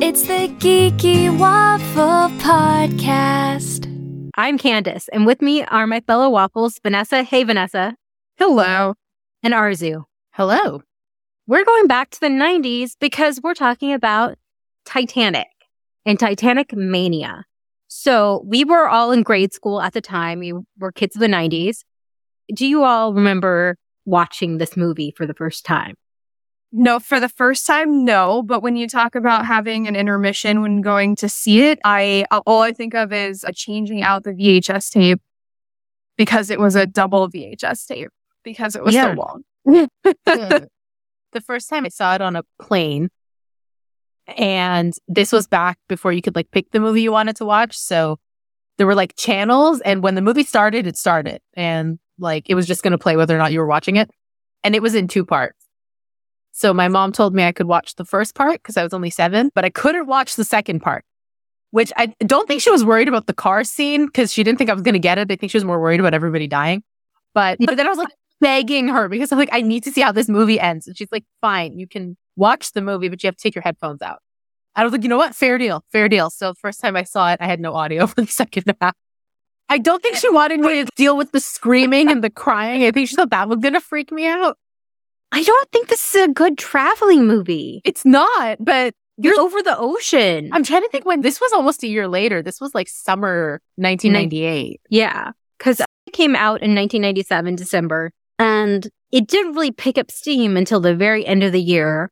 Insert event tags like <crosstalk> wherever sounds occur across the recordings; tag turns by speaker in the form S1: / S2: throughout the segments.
S1: It's the Geeky Waffle Podcast.
S2: I'm Candace, and with me are my fellow waffles, Vanessa. Hey, Vanessa.
S3: Hello.
S2: And Arzu.
S3: Hello.
S2: We're going back to the 90s because we're talking about Titanic and Titanic mania. So we were all in grade school at the time. We were kids of the 90s. Do you all remember watching this movie for the first time?
S3: No, for the first time, no. But when you talk about having an intermission when going to see it, I all I think of is a changing out the VHS tape because it was a double VHS tape because it was
S4: Yeah.
S3: so long.
S4: Hmm. the first time I saw it on a plane, and this was back before you could like pick the movie you wanted to watch. So there were like channels, and when the movie started, it started, and like it was just going to play whether or not you were watching it. And it was in two parts. So my mom told me I could watch the first part because I was only seven, but I couldn't watch the second part, which I don't think she was worried about the car scene because she didn't think I was going to get it. I think she was more worried about everybody dying. But, but then I was like, begging her because I'm like, I need to see how this movie ends. And she's like, fine, you can watch the movie, but you have to take your headphones out. I was like, you know what? Fair deal. Fair deal. So first time I saw it, I had no audio <laughs> for the second half. I don't think she wanted me to deal with the screaming and the crying. I think she thought that was going to freak me out.
S2: I don't think this is a good traveling movie.
S4: It's not, but
S2: You're over the ocean.
S4: I'm trying to think when this was almost a year later. This was like summer 1998.
S2: Yeah, because it came out in 1997, December, and it didn't really pick up steam until the very end of the year.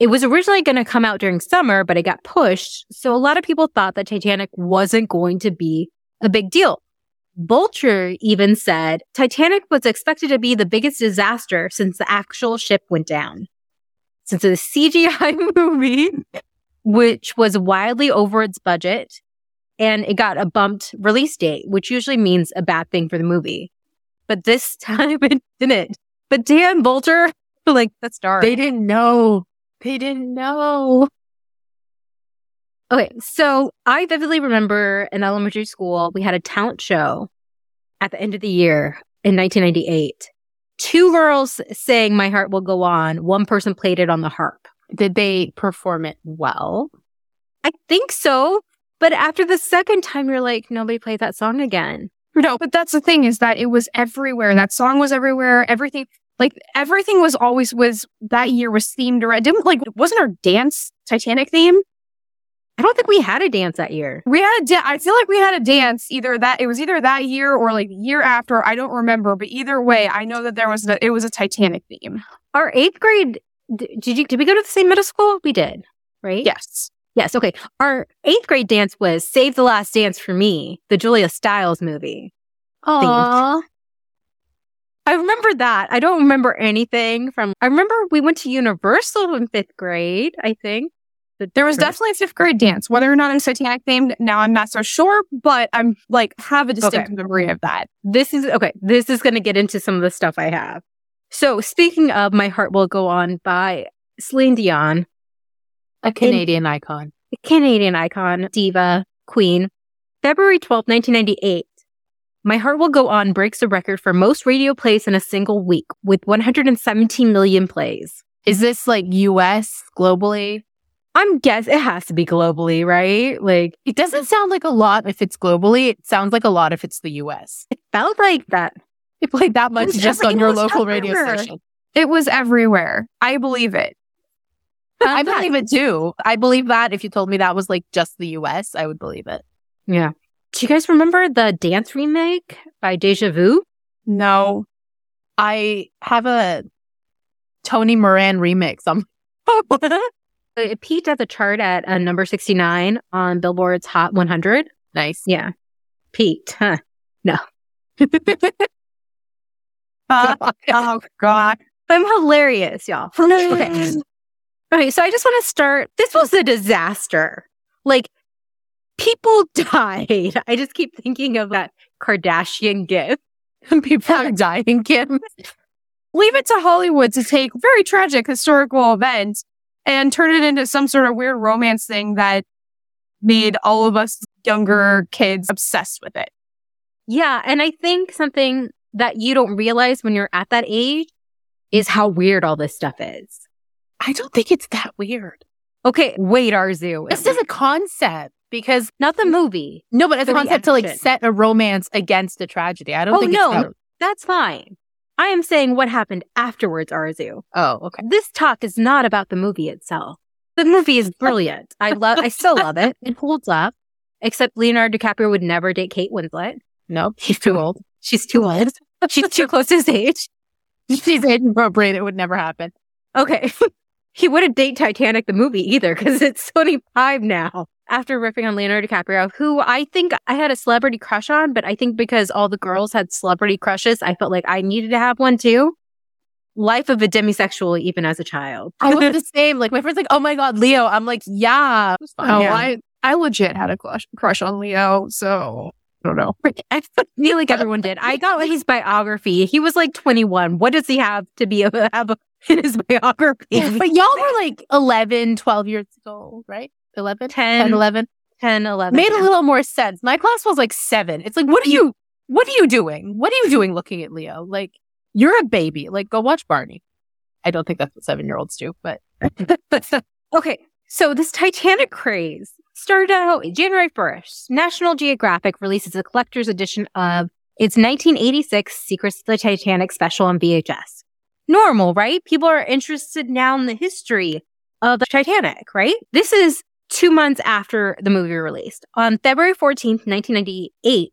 S2: It was originally going to come out during summer, but it got pushed. So a lot of people thought that Titanic wasn't going to be a big deal. Vulture even said Titanic was expected to be the biggest disaster since the actual ship went down. Since the <laughs> CGI movie, which was wildly over its budget, and it got a bumped release date, which usually means a bad thing for the movie. But this <laughs> time it didn't. But Dan Bolter, like, that's dark.
S4: They didn't know. They didn't know.
S2: okay, so I vividly remember in elementary school, we had a talent show at the end of the year in 1998. Two girls sang My Heart Will Go On. One person played it on the harp.
S4: Did they perform it well?
S2: I think so. But after the second time, you're like, nobody played that song again.
S3: No, but that's the thing is that it was everywhere. That song was everywhere. Everything like everything was always was that year was themed around. Didn't like wasn't our dance Titanic theme?
S2: I don't think we had a dance that year.
S3: We had a da- I feel like we had a dance either that it was either that year or like the year after. I don't remember, but either way, I know that there was a, it was a Titanic theme.
S2: our eighth grade d- did you did we go to the same middle school we did right
S3: Yes.
S2: yes okay our eighth grade dance was save the last dance for me the julia stiles movie
S4: Aw.
S2: i remember that i don't remember anything from i remember we went to universal in fifth grade i think The-
S3: There was
S2: Sure.
S3: definitely a fifth grade dance, whether or not it's Titanic themed. Now I'm not so sure, but I'm like have a distinct memory of that.
S2: this is okay this is going to get into some of the stuff i have so speaking of my heart will go on by celine dion
S4: A Canadian icon.
S2: Canadian icon, diva, queen. February twelfth, 1998. My Heart Will Go On breaks the record for most radio plays in a single week with 117 million plays.
S4: Is this like US globally?
S2: I'm guess it has to be globally, right? Like
S4: It doesn't sound like a lot if it's globally. It sounds like a lot if it's the US. <laughs>
S2: it felt like that.
S4: They played that much
S3: It's
S4: just on
S3: every-
S4: your
S3: it was
S4: local radio
S2: <laughs>
S3: everywhere.
S4: station.
S3: It was everywhere. I believe it.
S4: I believe it too. I believe that if you told me that was like just the US, I would believe it.
S2: Yeah. Do you guys remember the dance remake by Deja Vu?
S3: No.
S4: I have a Tony Moran remix. I'm <laughs>
S2: It peaked at the chart at uh, number 69 on Billboard's Hot 100.
S4: nice. <laughs>
S2: Yeah. Peaked, huh?
S3: <laughs> oh God.
S2: I'm hilarious, y'all. Okay. Okay, so I just want to start. This was a disaster. Like, <laughs> people died. I just keep thinking of that Kardashian gift.
S4: <laughs> People are dying, Kim.
S3: Leave it to Hollywood to take very tragic historical events and turn it into some sort of weird romance thing that made all of us younger kids obsessed with
S4: <laughs>
S3: it.
S2: Yeah, and I think something that you don't realize when you're at that age is how weird all this stuff is.
S4: I don't think it's that weird.
S2: Okay, wait, Arzu.
S4: It's <laughs> just a concept because
S2: not the movie.
S4: no, but as
S2: For
S4: a
S2: the
S4: concept to like
S2: action.
S4: set a romance against a tragedy. I don't
S2: Oh,
S4: think
S2: no.
S4: it's about-
S2: That's fine. I am saying what happened afterwards, Arzu.
S4: Oh, okay.
S2: This talk is not about the movie itself. The movie is brilliant. I love I still love it. It holds up. Except Leonardo DiCaprio would never date Kate Winslet.
S4: <laughs> Nope, she's too old. <laughs>
S2: She's too old. She's too close to his age.
S4: She's inappropriate. It would never happen.
S2: Okay. <laughs> he wouldn't date Titanic the movie either because it's Sony Pive now. After ripping on Leonardo DiCaprio, who I think I had a celebrity crush on, but I think because all the girls had celebrity crushes, I felt like I needed to have one too. Life of a demisexual, even as a child.
S4: I was <laughs> the same. Like my friend's like, "Oh my god, Leo." I'm like, "Yeah."
S3: Oh,
S4: Yeah.
S3: I I legit had a crush, crush on Leo, so I don't know.
S2: I feel like everyone did. I got his biography. He was like 21. What does he have to be a, <laughs> have in his biography?
S4: <laughs> But y'all were like 11, 12 years old, right? 11, 10,
S2: 10,
S4: 11.
S2: 10, 11.
S4: Made
S2: yeah.
S4: a little more sense. My class was like 7. It's like, "What are you What are you doing? What are you doing looking at Leo? Like, you're a baby. Like, go watch Barney." I don't think that's what 7-year-olds do, but
S2: Okay, so this Titanic craze started out January 1st. National Geographic releases a collector's edition of its 1986 Secrets of the Titanic special on VHS. Normal, right? People are interested now in the history of the Titanic, right? This is two months after the movie released. On February 14th, 1998,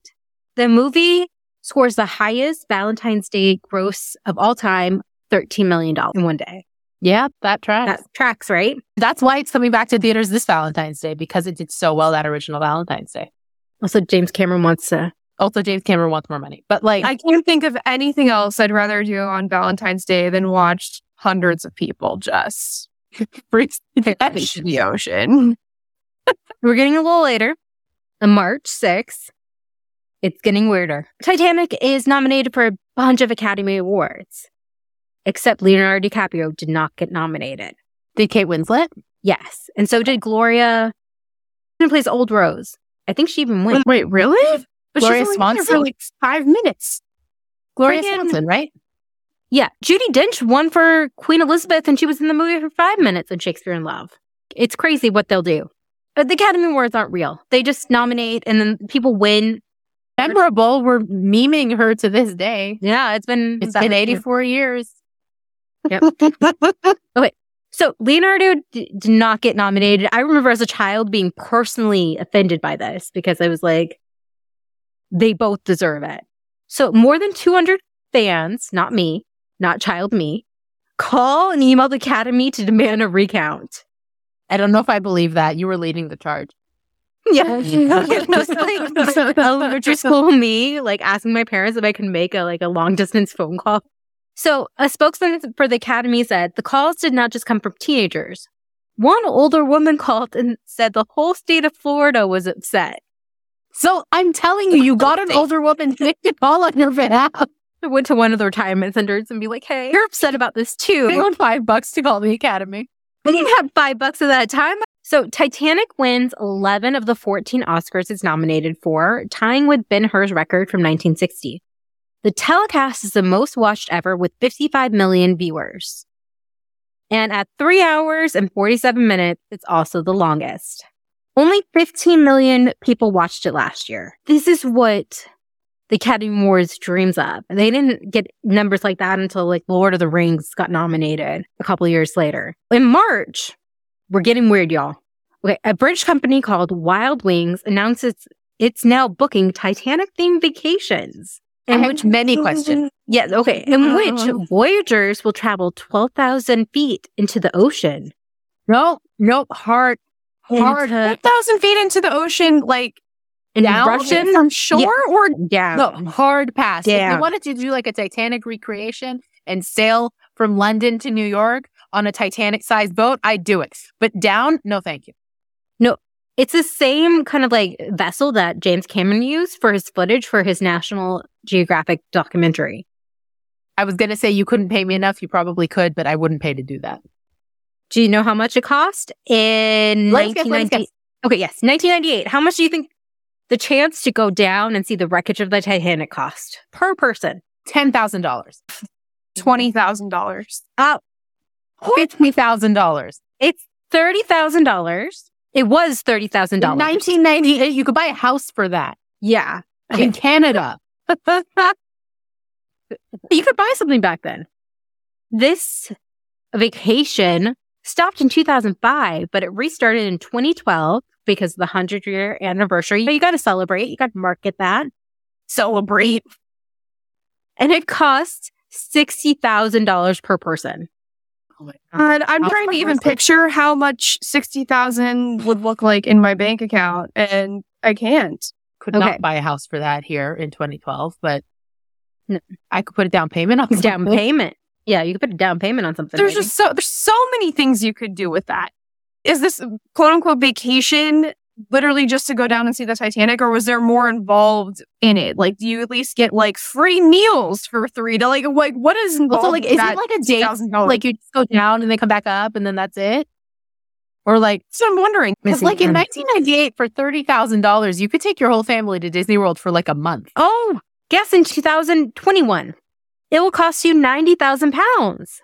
S2: the movie scores the highest Valentine's Day gross of all time, $13 million in one day.
S4: yeah, that tracks.
S2: That tracks, right?
S4: That's why it's coming back to theaters this Valentine's Day because it did so well that original Valentine's Day.
S2: Also, James Cameron wants to.
S4: Also, James Cameron wants more money, but like,
S3: I can't think of anything else I'd rather do on Valentine's Day than watch hundreds of people just <laughs>
S4: freaks
S3: fish the ocean.
S2: We're getting a little later. On March 6th, it's getting weirder. Titanic is nominated for a bunch of Academy Awards, except Leonardo DiCaprio did not get nominated.
S4: Did Kate Winslet?
S2: Yes. And so did Gloria, who plays Old Rose. I think she even went.
S3: Wait, really? But
S4: Gloria
S3: she's only been there
S4: Swanson?
S3: for like five
S4: <laughs>
S3: minutes.
S4: Gloria
S2: Friggin-
S4: Swanson, right?
S2: Yeah. Judy Dench won for Queen Elizabeth, and she was in the movie for five minutes in Shakespeare in Love. It's crazy what they'll do. But The Academy Awards aren't real. They just nominate and then people win.
S4: Memorable. We're memeing her to this day.
S2: Yeah, it's been
S4: It's been 84 years.
S2: <laughs> So Leonardo d- did not get nominated. I remember as a child being personally offended by this because I was like, they both deserve it. So more than 200 fans, not me, not child me, call and email the Academy to demand a recount. <laughs>
S4: I don't know if I believe that. You were leading the charge.
S2: Yeah.
S3: <laughs>
S2: it <laughs> was like elementary school me, like asking my parents if I can make a like a long distance phone call. So a spokesman for the academy said the calls did not just come from teenagers. One older woman <laughs> called and said the whole state of Florida was upset.
S4: <laughs> So I'm telling you, you got an
S2: Thanks.
S4: older woman to call on your behalf.
S2: I went to one of the retirement centers and be like, hey, you're upset about this
S4: <laughs> They
S2: too.
S4: want five bucks to call the academy.
S2: I didn't have five bucks at that time. So Titanic wins 11 of the 14 Oscars it's nominated for, tying with Ben Hur's record from 1960. The telecast is the most watched ever with 55 million viewers. And at three hours and 47 minutes, it's also the longest. Only 15 million people watched it last year. This is what the Academy Awards dreams of. They didn't get numbers like that until like Lord of the Rings got nominated a couple years later. In March, we're getting weird, y'all. Okay, a British company called Wild Wings announces it's now booking Titanic themed vacations.
S4: And
S2: in
S4: which many questions.
S2: Yes, okay. In
S4: Uh-huh.
S2: which voyagers will travel 12,000 feet into the ocean.
S4: Nope, nope, hard, hard.
S2: Into,
S3: thousand feet into the ocean, like
S2: in
S4: down?
S2: Russian
S3: from shore or
S2: down.
S4: No, hard pass. If
S2: Damn.
S4: you wanted to do like a Titanic recreation and sail from London to New York on a Titanic sized boat, I'd do it. But down, no thank you.
S2: It's the same kind of like vessel that James Cameron used for his footage for his National Geographic documentary.
S4: I was going to say you couldn't pay me enough. You probably could, but I wouldn't pay to do that.
S2: Do you know how much it cost in
S4: Let's guess, let's
S2: 1990?
S4: guess.
S2: Okay, yes, 1998. How much do you think the chance to go down and see the wreckage of the Titanic cost per person?
S4: $10,000.
S3: twenty thousand dollars.
S4: $50,000.
S2: It's $30,000. It was $30,000.
S4: 1998, you could buy a house for that
S2: yeah.
S4: in <laughs> Canada.
S2: You could buy something back then. This vacation stopped in 2005, but it restarted in 2012 because of the 100 year anniversary. You got to celebrate, you got to market that. Celebrate. And it costs $60,000 per person.
S4: Oh my
S3: God, I'm
S4: How
S3: trying to even
S4: impressive.
S3: picture how much 60,000 would look like in my bank account and I can't.
S4: Could
S2: Okay.
S4: not buy a house for that here in 2012, but
S2: No.
S4: I could put a down payment on
S2: Down
S4: <laughs> something.
S2: payment. Yeah, you could put a down payment on something.
S3: There's
S2: maybe.
S3: just so there's so many things you could do with that. Is this quote unquote vacation literally just to go down and see the Titanic, or was there more involved in it? Like, do you at least get like free meals for three to like like what is involved?
S4: Also, like, is it like a day?
S3: dollars?
S4: Like you just go down and they come back up and then that's it? Or like,
S3: that's what I'm wondering.
S4: Because
S2: Missing
S4: like in
S2: Anna.
S4: 1998, for thirty thousand dollars, you could take your whole family to Disney World for like a month.
S2: Oh, guess in 2021, it will cost you 90,000 pounds.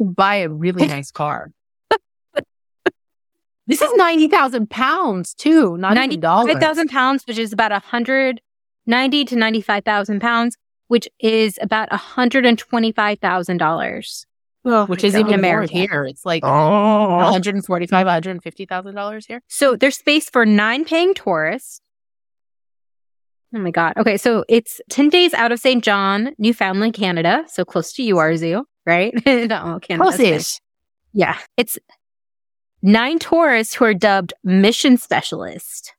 S4: Buy a <laughs> really nice car. this is ninety thousand pounds too, not even dollars.
S2: 95,000 pounds, which is about 190 to 95,000 pounds, which is about $125,000.
S4: which is
S2: God.
S4: even more
S2: America.
S4: here. It's like one
S3: Oh,
S4: hundred and forty-five, one hundred and fifty thousand dollars here.
S2: So there's space for nine paying tourists. Oh my God. Okay. So it's 10 days out of St. John, Newfoundland, Canada. So close to you, Arzu, right? <laughs> no, Canada.
S4: Close-ish.
S2: Yeah. It's nine tourists who are dubbed mission specialists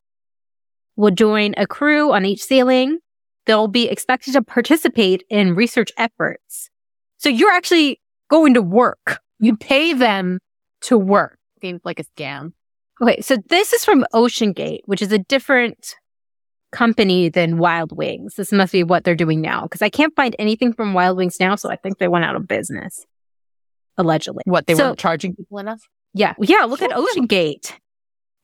S2: will join a crew on each sailing. They'll be expected to participate in research efforts. So you're actually going to work.
S4: You pay them to work. Seems like a scam.
S2: Okay. So this is from Ocean Gate, which is a different company than Wild Wings. This must be what they're doing now because I can't find anything from Wild Wings now. So I think they went out of business, allegedly.
S4: What they
S2: So-
S4: weren't charging people enough.
S2: Yeah. Yeah. Look at Ocean Gate.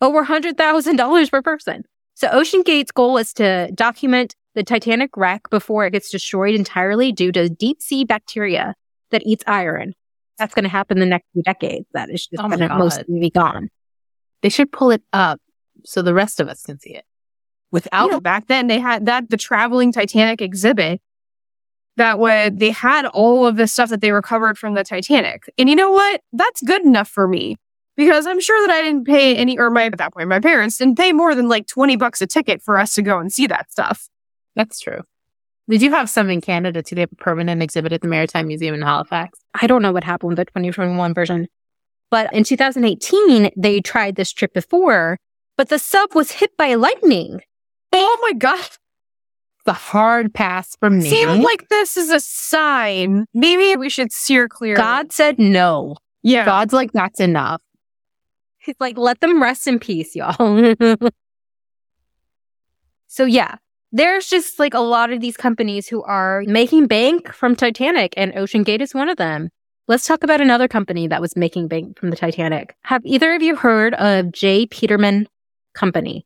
S2: Over $100,000 per person. So Ocean Gate's goal is to document the Titanic wreck before it gets destroyed entirely due to deep sea bacteria that eats iron. That's going to happen the next few decades. That is just
S4: Oh my
S2: going to
S4: God.
S2: mostly be gone.
S4: They should pull it up Uh, so the rest of us can see it. Without
S3: out back then they had that the traveling Titanic exhibit. That way they had all of the stuff that they recovered from the Titanic. And you know what? That's good enough for me. Because I'm sure that I didn't pay any or my at that point, my parents didn't pay more than like 20 bucks a ticket for us to go and see that stuff.
S4: That's true. They do have some in Canada too. They have a permanent exhibit at the Maritime Museum in Halifax.
S2: I don't know what happened with the 2021 version, but in 2018, they tried this trip before, but the sub was hit by lightning.
S3: Oh my god.
S4: The hard pass from me.
S3: Seems like this is a sign. Maybe we should steer clear.
S2: God said no.
S3: yeah.
S4: God's like, that's enough.
S2: He's like, let them rest in peace, y'all. <laughs> so yeah, there's just like a lot of these companies who are making bank from Titanic and Ocean Gate is one of them. Let's talk about another company that was making bank from the Titanic. Have either of you heard of J. Peterman Company?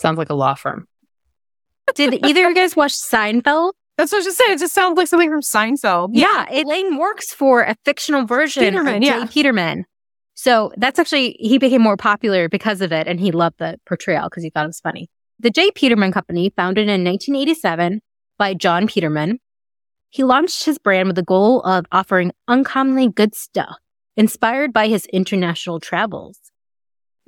S4: Sounds like a law firm.
S2: Did either of you guys watch Seinfeld?
S3: That's what I was just saying. It just sounds like something from Seinfeld.
S2: Yeah, it Lane works for a fictional version
S3: Peterman,
S2: of Jay
S3: yeah.
S2: Peterman. So that's actually he became more popular because of it, and he loved the portrayal because he thought it was funny. The Jay Peterman Company, founded in 1987 by John Peterman, he launched his brand with the goal of offering uncommonly good stuff inspired by his international travels,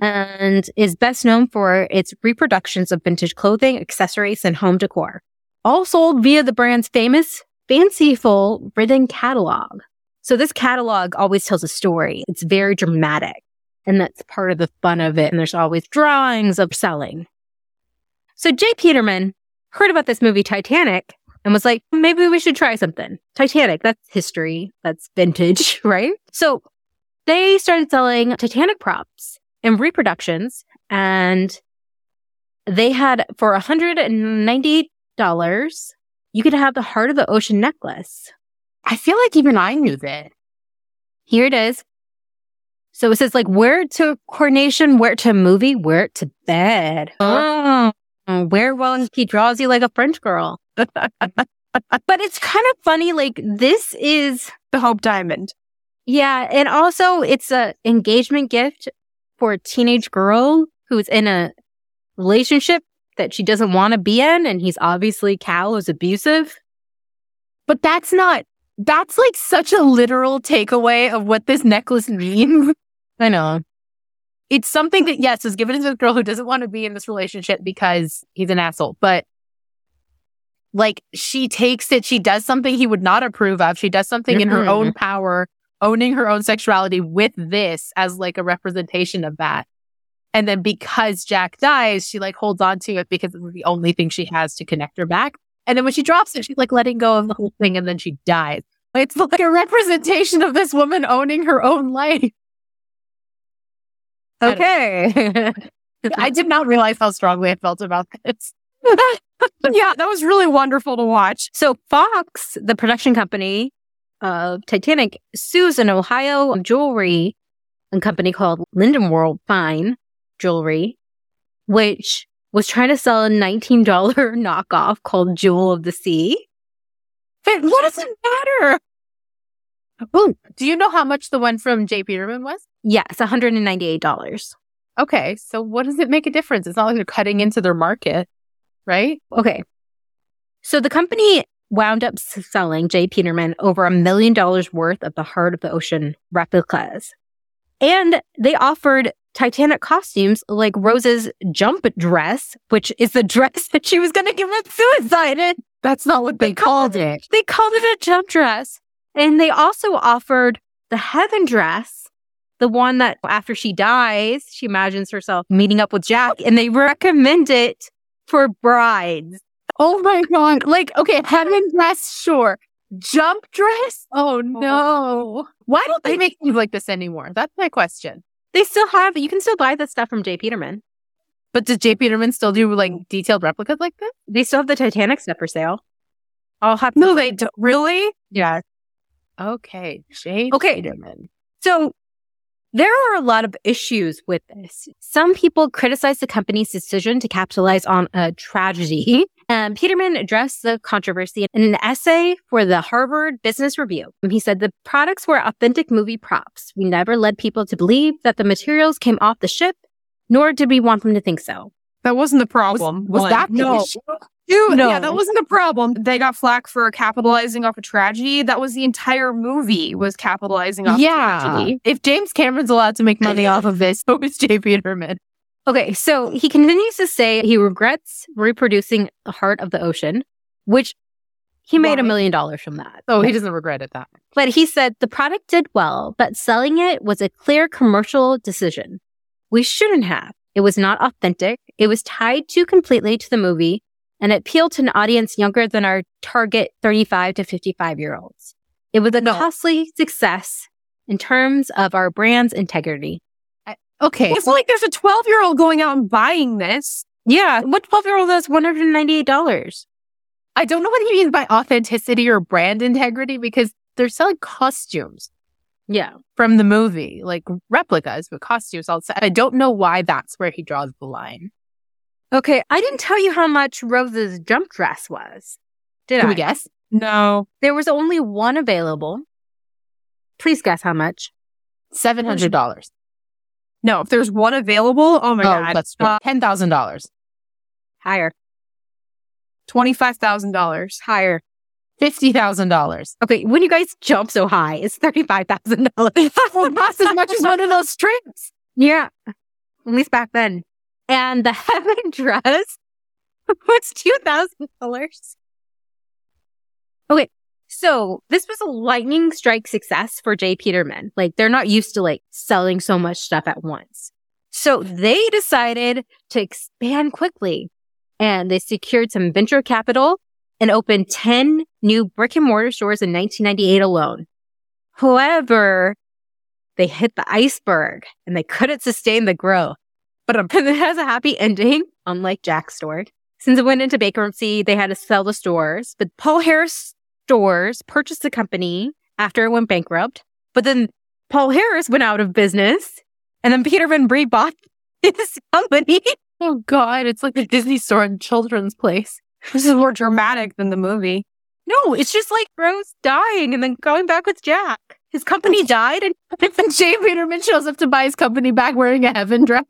S2: and is best known for its reproductions of vintage clothing, accessories, and home decor, all sold via the brand's famous fanciful written catalog. So this catalog always tells a story. It's very dramatic. And that's part of the fun of it. And there's always drawings of selling. So Jay Peterman heard about this movie Titanic and was like, maybe we should try something. Titanic, that's history. That's vintage, <laughs> right? So they started selling Titanic props and reproductions. And they had for $198 you could have the heart of the ocean necklace.
S4: I feel like even I knew that.
S2: Here it is. So it says like where to coronation, where to movie, where to bed. Oh, where well he draws you like a French girl. <laughs> But it's kind of funny. Like this is
S3: The Hope Diamond.
S2: Yeah, and also it's a engagement gift for a teenage girl who's in a relationship that she doesn't want to be in, and he's obviously Cal is abusive.
S4: But that's not, that's like such a literal takeaway of what this necklace <laughs> means. I know. It's something that, yes, is given to this girl who doesn't want to be in this relationship because he's an asshole. But like she takes it, she does something he would not approve of. She does something in her
S2: Mhm.
S4: own power, owning her own sexuality with this as like a representation of that. And then because Jack dies, she like holds on to it because it's the only thing she has to connect her back. And then when she drops it, she's like letting go of the whole thing and then she dies. It's like a representation of this woman owning her own life. I don't-
S2: Okay.
S4: I did not realize how strongly I felt about this.
S3: <laughs> yeah, that was really wonderful to watch.
S2: So Fox, the production company of Titanic, sues an Ohio jewelry and company called Lindenworld Fine Jewelry, which was trying to sell a $19 <laughs> knockoff called Jewel of the Sea.
S4: But what does it matter? Boom. Do you know how much the one from Jay Peterman was?
S2: Yes, $198.
S4: Okay. So what does it make a difference? It's not like they're cutting into their market, right?
S2: Okay. So the company wound up s- selling Jay Peterman over a million dollars worth of the Heart of the Ocean replicas. And they offered Titanic costumes like Rose's jump dress, which is the <laughs> dress that she was going to commit suicide in.
S4: That's not what they called it.
S2: They called it a jump dress. And they also offered the heaven dress, the one that after she dies, she imagines herself meeting up with Jack, and they recommend it for brides.
S4: Oh my God. Like, okay, heaven dress, sure. Jump dress? Oh no. Why don't they make things like this anymore? That's my question.
S2: They still have, you can still buy the stuff from Jay Peterman.
S4: But does Jay Peterman still do like detailed replicas like this?
S2: They still have the Titanic stuff for sale. I'll have to.
S3: No, they don't. Really?
S4: Yeah. Okay. Jay
S2: Okay.
S4: Peterman.
S2: So there are a lot of issues with this. Some people criticize the company's decision to capitalize on a tragedy. <laughs> Um, Peterman addressed the controversy in an essay for the Harvard Business Review. He said the products were authentic movie props. We never led people to believe that the materials came off the ship, nor did we want them to think so.
S3: That wasn't the problem.
S4: Was
S3: One.
S4: that the
S3: no?
S4: issue?
S3: Dude,
S2: No.
S3: yeah, that wasn't the problem. They got flack for capitalizing off a tragedy. That was the entire movie was capitalizing off.
S4: Yeah. If James Cameron's allowed to
S3: <laughs>
S4: make money off of this, so is Jay Peterman.
S2: Okay, so he continues to say he regrets reproducing the heart of the ocean, which he made a
S3: Right.
S2: million dollars from that.
S4: So Oh, he doesn't regret it that.
S2: But he said the product did well, but selling it was a clear commercial decision. We shouldn't have. It was not authentic. It was tied too completely to the movie and it appealed to an audience younger than our target 35 to 55 year olds. It was a costly success in terms of our brand's integrity.
S4: Okay.
S3: It's like there's a 12 year old going out and buying this.
S2: Yeah. What 12 year old has $198?
S4: I don't know what he means by authenticity or brand integrity because they're selling costumes
S2: Yeah.
S4: from the movie, like replicas, but costumes. Also. I don't know why that's where he draws the line.
S2: Okay. I didn't tell you how much Rose's jump dress was. Did
S4: Can
S2: I?
S4: we guess?
S3: No.
S2: There was only one available. Please guess how much.
S4: Seven hundred dollars.
S3: No, if there's one available, oh my
S4: Oh,
S3: God.
S4: that's ten thousand dollars.
S2: Higher,
S3: $25,000.
S2: higher.
S4: Fifty thousand dollars.
S2: Okay, when you guys jump so high, it's thirty-five thousand dollars. <laughs>
S4: That's as much as one of those strips.
S2: yeah, at least back then. And the <laughs> heaven dress was two thousand dollars. Okay, so this was a lightning strike success for Jay Peterman. Like they're not used to like selling so much stuff at once. So they decided to expand quickly and they secured some venture capital and opened 10 new brick and mortar stores in 1998 alone. However, they hit the iceberg and they couldn't sustain the growth. But <laughs> um, it has a happy ending, unlike Jack's store. Since it went into bankruptcy, they had to sell the stores. But Paul Harris stores purchased the company after it went bankrupt. But then Paul Harris went out of business. And then Peter Van Bree bought <laughs> his company.
S4: Oh God, it's like a Disney store and children's place.
S3: This is more dramatic than the movie.
S2: No, it's just like Rose dying and then going back with Jack.
S4: His company died, and <laughs> and Jay Peterman shows up to buy his company back wearing a heaven dress.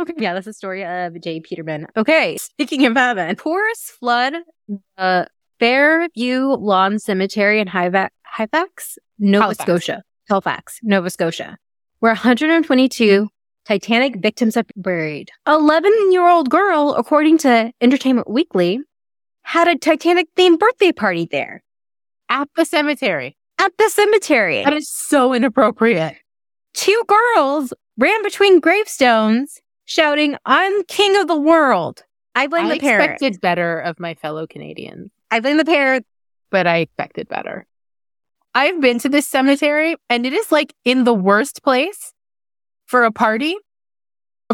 S2: Okay. Yeah, that's the story of Jay Peterman. Okay. Speaking of heaven, Porous flood uh, Fairview Lawn Cemetery in Hiva- Halifax, Nova
S4: Halifax.
S2: Scotia, Halifax, Nova Scotia, where 122 Titanic victims are buried. 11 year old girl, according to Entertainment Weekly, had a Titanic themed birthday party there
S4: At the cemetery.
S2: at the cemetery.
S4: That is so inappropriate.
S2: Two girls ran between gravestones shouting, I'm king of the world. I blame
S4: I
S2: the parents.
S4: expected better of my fellow Canadians,
S2: I blame the parents.
S4: but I expected better. I've been to this cemetery and it is like in the worst place for a party.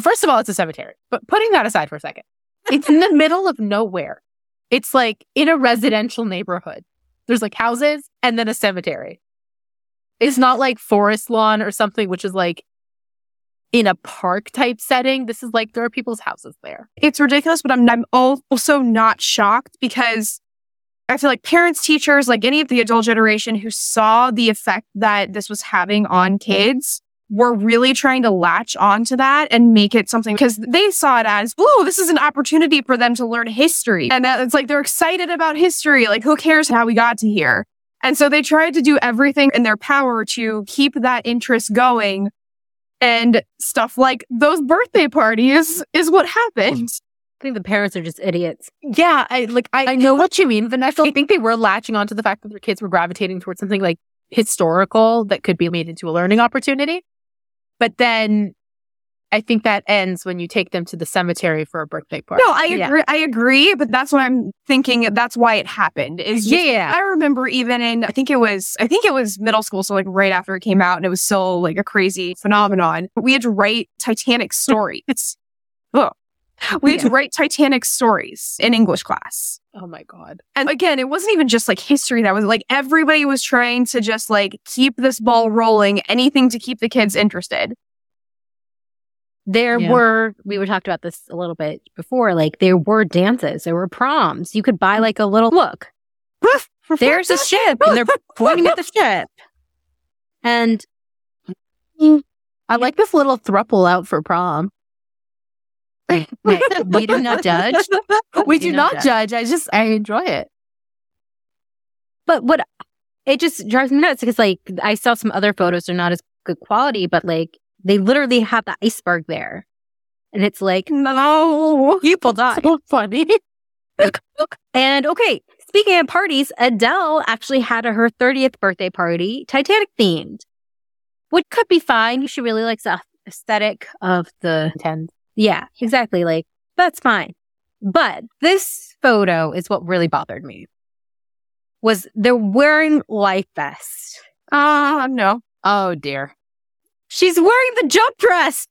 S4: First of all, it's a cemetery, but putting that aside for a second, it's in the <laughs> middle of nowhere. It's like in a residential neighborhood. There's like houses and then a cemetery. It's not like forest lawn or something, which is like in a park type setting. This is like there are people's houses there.
S3: it's ridiculous, but I'm, I'm al- also not shocked because I feel like parents, teachers, like any of the adult generation who saw the effect that this was having on kids were really trying to latch onto that and make it something because they saw it as, whoa, this is an opportunity for them to learn history. And that it's like they're excited about history. Like, who cares how we got to here? And so they tried to do everything in their power to keep that interest going. And stuff like those birthday parties is what happened.
S2: I think the parents are just idiots.
S4: Yeah, I like I, I know what you mean, Vanessa. I think they were latching onto the fact that their kids were gravitating towards something like historical that could be made into a learning opportunity. But then I think that ends when you take them to the cemetery for a birthday party.
S3: No, I
S2: Yeah.
S3: agree. I agree, but that's what I'm thinking. That's why it happened. Is just-
S4: yeah.
S3: I remember even in I think it was I think it was middle school, so like right after it came out, and it was still like a crazy phenomenon. We had to write Titanic stories. oh, we had to write Titanic stories in English class.
S4: Oh my <laughs> god.
S3: And again, it wasn't even just like history that was like everybody was trying to just like keep this ball rolling, anything to keep the kids interested.
S2: There
S4: Yeah.
S2: were, we were talked about this a little bit before, like there were dances, there were proms. You could buy like a little look, there's
S4: <laughs>
S2: a ship, and they're pointing at the ship. And
S4: I like this little thruple out for prom.
S2: Hey, hey, we do not judge.
S4: <laughs> We
S2: do
S4: do
S2: not
S4: not judge. I just I enjoy it.
S2: But what it just drives me nuts because like I saw some other photos, they're not as good quality, but like they literally have the iceberg there. And it's like
S3: No.
S2: people die.
S4: So <laughs> funny.
S2: And okay, speaking of parties, Adele actually had her 30th birthday party, Titanic themed, which could be fine. She really likes the aesthetic of the
S4: Intend.
S2: yeah, exactly. Like, that's fine. But this photo is what really bothered me. Was they're wearing life vests.
S3: Ah, no.
S4: Oh dear.
S2: She's wearing the jump
S3: <laughs>
S2: dress.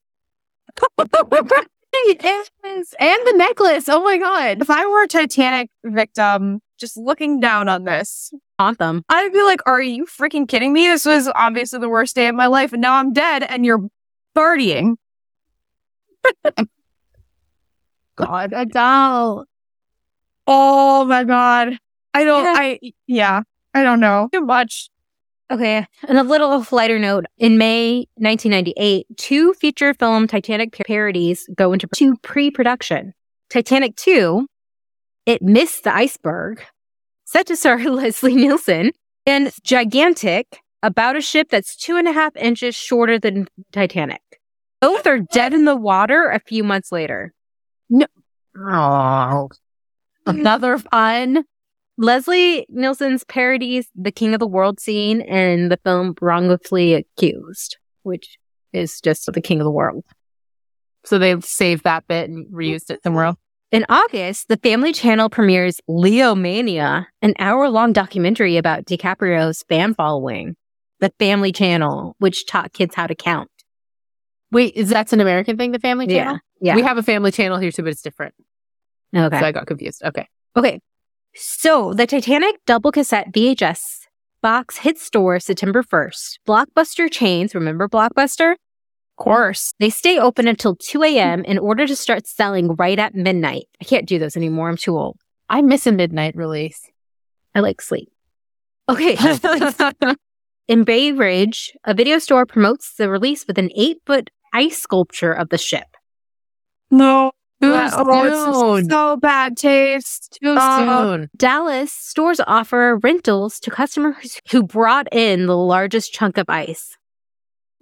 S4: It is. And the necklace. Oh my god.
S3: If I were a Titanic victim, just looking down on this,
S2: Anthem.
S3: I'd be like, are you freaking kidding me? This was obviously the worst day of my life, and now I'm dead, and you're partying. <laughs>
S4: God, a doll.
S3: Oh my God. I don't,
S2: Yeah.
S3: I, yeah, I don't know. Too much.
S2: Okay. And a little lighter note. In May 1998, two feature film Titanic par- parodies go into to pre-production. Titanic 2, It Missed the Iceberg, set to star <laughs> Leslie Nielsen, and Gigantic, about a ship that's two and a half inches shorter than Titanic. Both are dead in the water a few months later.
S4: Oh. Another fun.
S2: Leslie Nielsen's parodies the King of the World scene in the film Wrongfully Accused, which is just the King of the World.
S4: So they saved that bit and reused it somewhere else.
S2: In August, the Family Channel premieres Leo Mania, an hour long documentary about DiCaprio's fan following. The Family Channel, which taught kids how to count.
S4: Wait, is that's an American thing, the family channel?
S2: Yeah.
S4: We have a family channel here too, but it's different.
S2: Yeah. Okay.
S4: So I got confused. Okay.
S2: Okay. So the Titanic double cassette VHS box hit store September 1st. Blockbuster chains, remember Blockbuster?
S3: Of course.
S2: They stay open until 2 a.m. in order to start selling right at midnight. I can't do those anymore. I'm too old.
S4: I miss a midnight release.
S2: I like sleep. Okay. <laughs> In Bay Ridge, a video store promotes the release with an eight foot ice sculpture of the ship.
S3: No.
S4: Too
S3: Oh, it's
S4: soon.
S3: so bad taste.
S4: Too
S3: Uh,
S4: soon.
S2: Dallas stores offer rentals to customers who brought in the largest chunk of ice.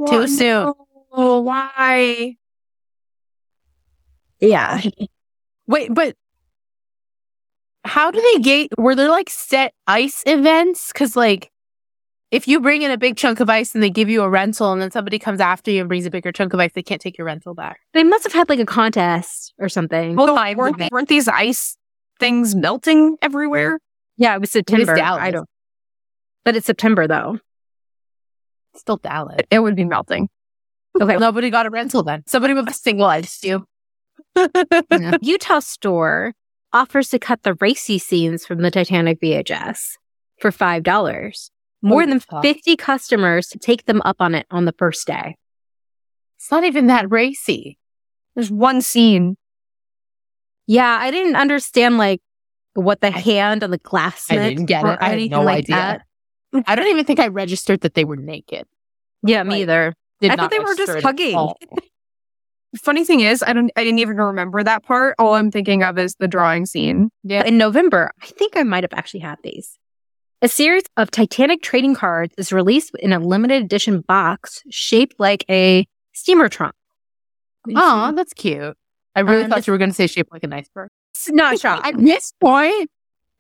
S4: Too
S3: what?
S4: soon.
S3: No, why?
S2: Yeah.
S4: Wait, but how do they gate? Were there like set ice events? Because like, if you bring in a big chunk of ice and they give you a rental, and then somebody comes after you and brings a bigger chunk of ice, they can't take your rental back.
S2: They must have had like a contest or something.
S3: Well,
S4: Five
S3: weren't,
S4: events.
S3: weren't these ice things melting everywhere?
S2: yeah, it was September.
S4: Dallas.
S2: I don't. But it's September though.
S4: It's still Dallas.
S3: It- It would be melting.
S2: Okay.
S4: Nobody got a rental then. Somebody with a single ice <laughs> you.
S2: <laughs> Utah store offers to cut the racy scenes from the Titanic VHS for $5. More
S4: Oh,
S2: than
S4: fuck.
S2: 50 customers take them up on it on the first day.
S4: It's not even that racy.
S3: There's one scene.
S2: Yeah, I didn't understand like what the hand on the glass meant.
S4: get
S2: or anything like that.
S4: I don't even think I registered that they were naked.
S2: Yeah, me
S4: Like,
S2: either.
S4: Did
S2: I thought
S4: not
S2: they were just
S4: register it at
S2: hugging.
S4: <laughs> all.
S3: Funny thing is, I don't. I didn't even remember that part. All I'm thinking of is the drawing scene.
S4: Yeah.
S2: In November, I think I might have actually had these. A series of Titanic trading cards is released in a limited edition box shaped like a steamer trunk.
S4: Oh, that's cute. I really
S2: Um,
S4: thought you were going to say shaped like an iceberg.
S2: It's not
S4: <laughs>
S2: shocked.
S4: At this point,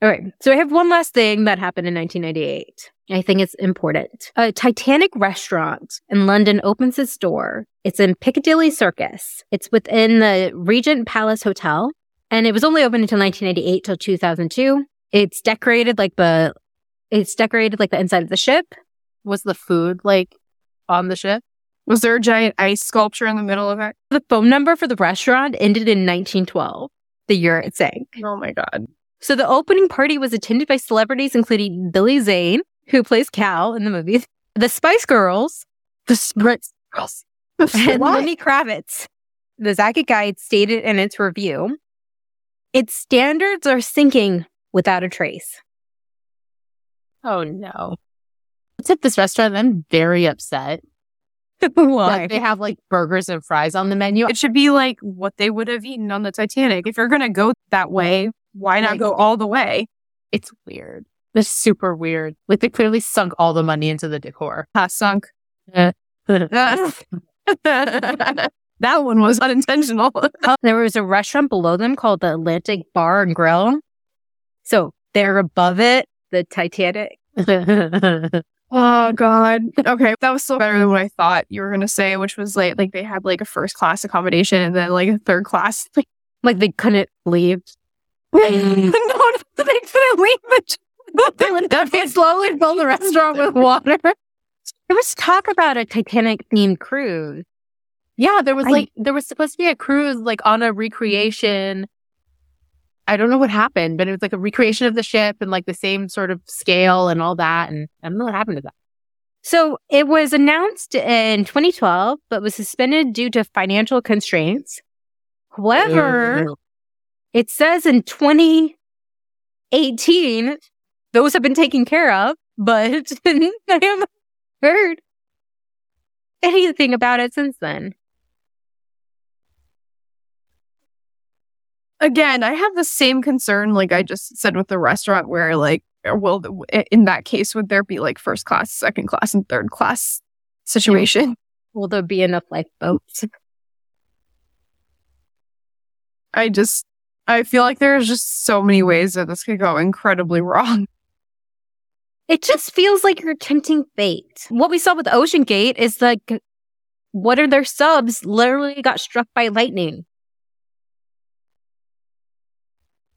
S2: All right. So I have one last thing that happened in 1998. I think it's important. A Titanic restaurant in London opens its door. It's in Piccadilly Circus. It's within the Regent Palace Hotel, and it was only open until 1988 till 2002. It's decorated like the it's decorated like the inside of the ship.
S4: was the food like on the ship?
S3: Was there a giant ice sculpture in the middle of it?
S2: The phone number for the restaurant ended in 1912, the year it sank.
S3: Oh my god!
S2: So the opening party was attended by celebrities including Billy Zane, who plays Cal in the movie, the Spice Girls,
S4: The Spritz girls. <laughs>
S2: and
S4: What?
S2: Lenny Kravitz. The Zacket Guide stated in its review, its standards are sinking without a trace.
S4: Oh no. It's at this restaurant. I'm very upset that they have like burgers and fries on the menu.
S3: It should be like what they would have eaten on the Titanic. If you're gonna go that way, why not
S4: Like-
S3: go all the way?
S4: It's weird. They're super weird. Like they clearly sunk all the money into the <laughs> decor.
S3: Has sunk.
S4: <laughs>
S3: that one was unintentional.
S2: oh, There was a restaurant below them called the Atlantic Bar and Grill. So they're above it, the Titanic.
S3: <laughs> oh god. Okay, that was so better than what I thought you were gonna say, which was like like they had like a first class accommodation and then like a third class. <laughs> Like,
S2: Like they couldn't leave.
S3: no, no, they couldn't leave. It. <laughs>
S4: Duffy <laughs> slowly filled the restaurant with water.
S2: There was talk about a Titanic themed cruise.
S4: Yeah, there was
S2: I-
S4: like there was supposed to be a cruise like on a recreation. I don't know what happened, but it was like a recreation of the ship and like the same sort of scale and all that. And I don't know what happened to that.
S2: So it was announced in 2012, but was suspended due to financial constraints.
S4: Mm-hmm.
S2: However, it says in 2018, those have been taken care of, but <laughs> I haven't heard anything about it since then.
S3: again, I have the same concern, like I just said with the restaurant, where like, will th- in that case would there be like first class, second class, and third class situation?
S2: Will there be enough lifeboats?
S3: I just, I feel like there's just so many ways that this could go incredibly <laughs> wrong.
S2: It just feels like you're tempting fate. What we saw with Ocean Gate is like, what are their subs literally got struck by lightning?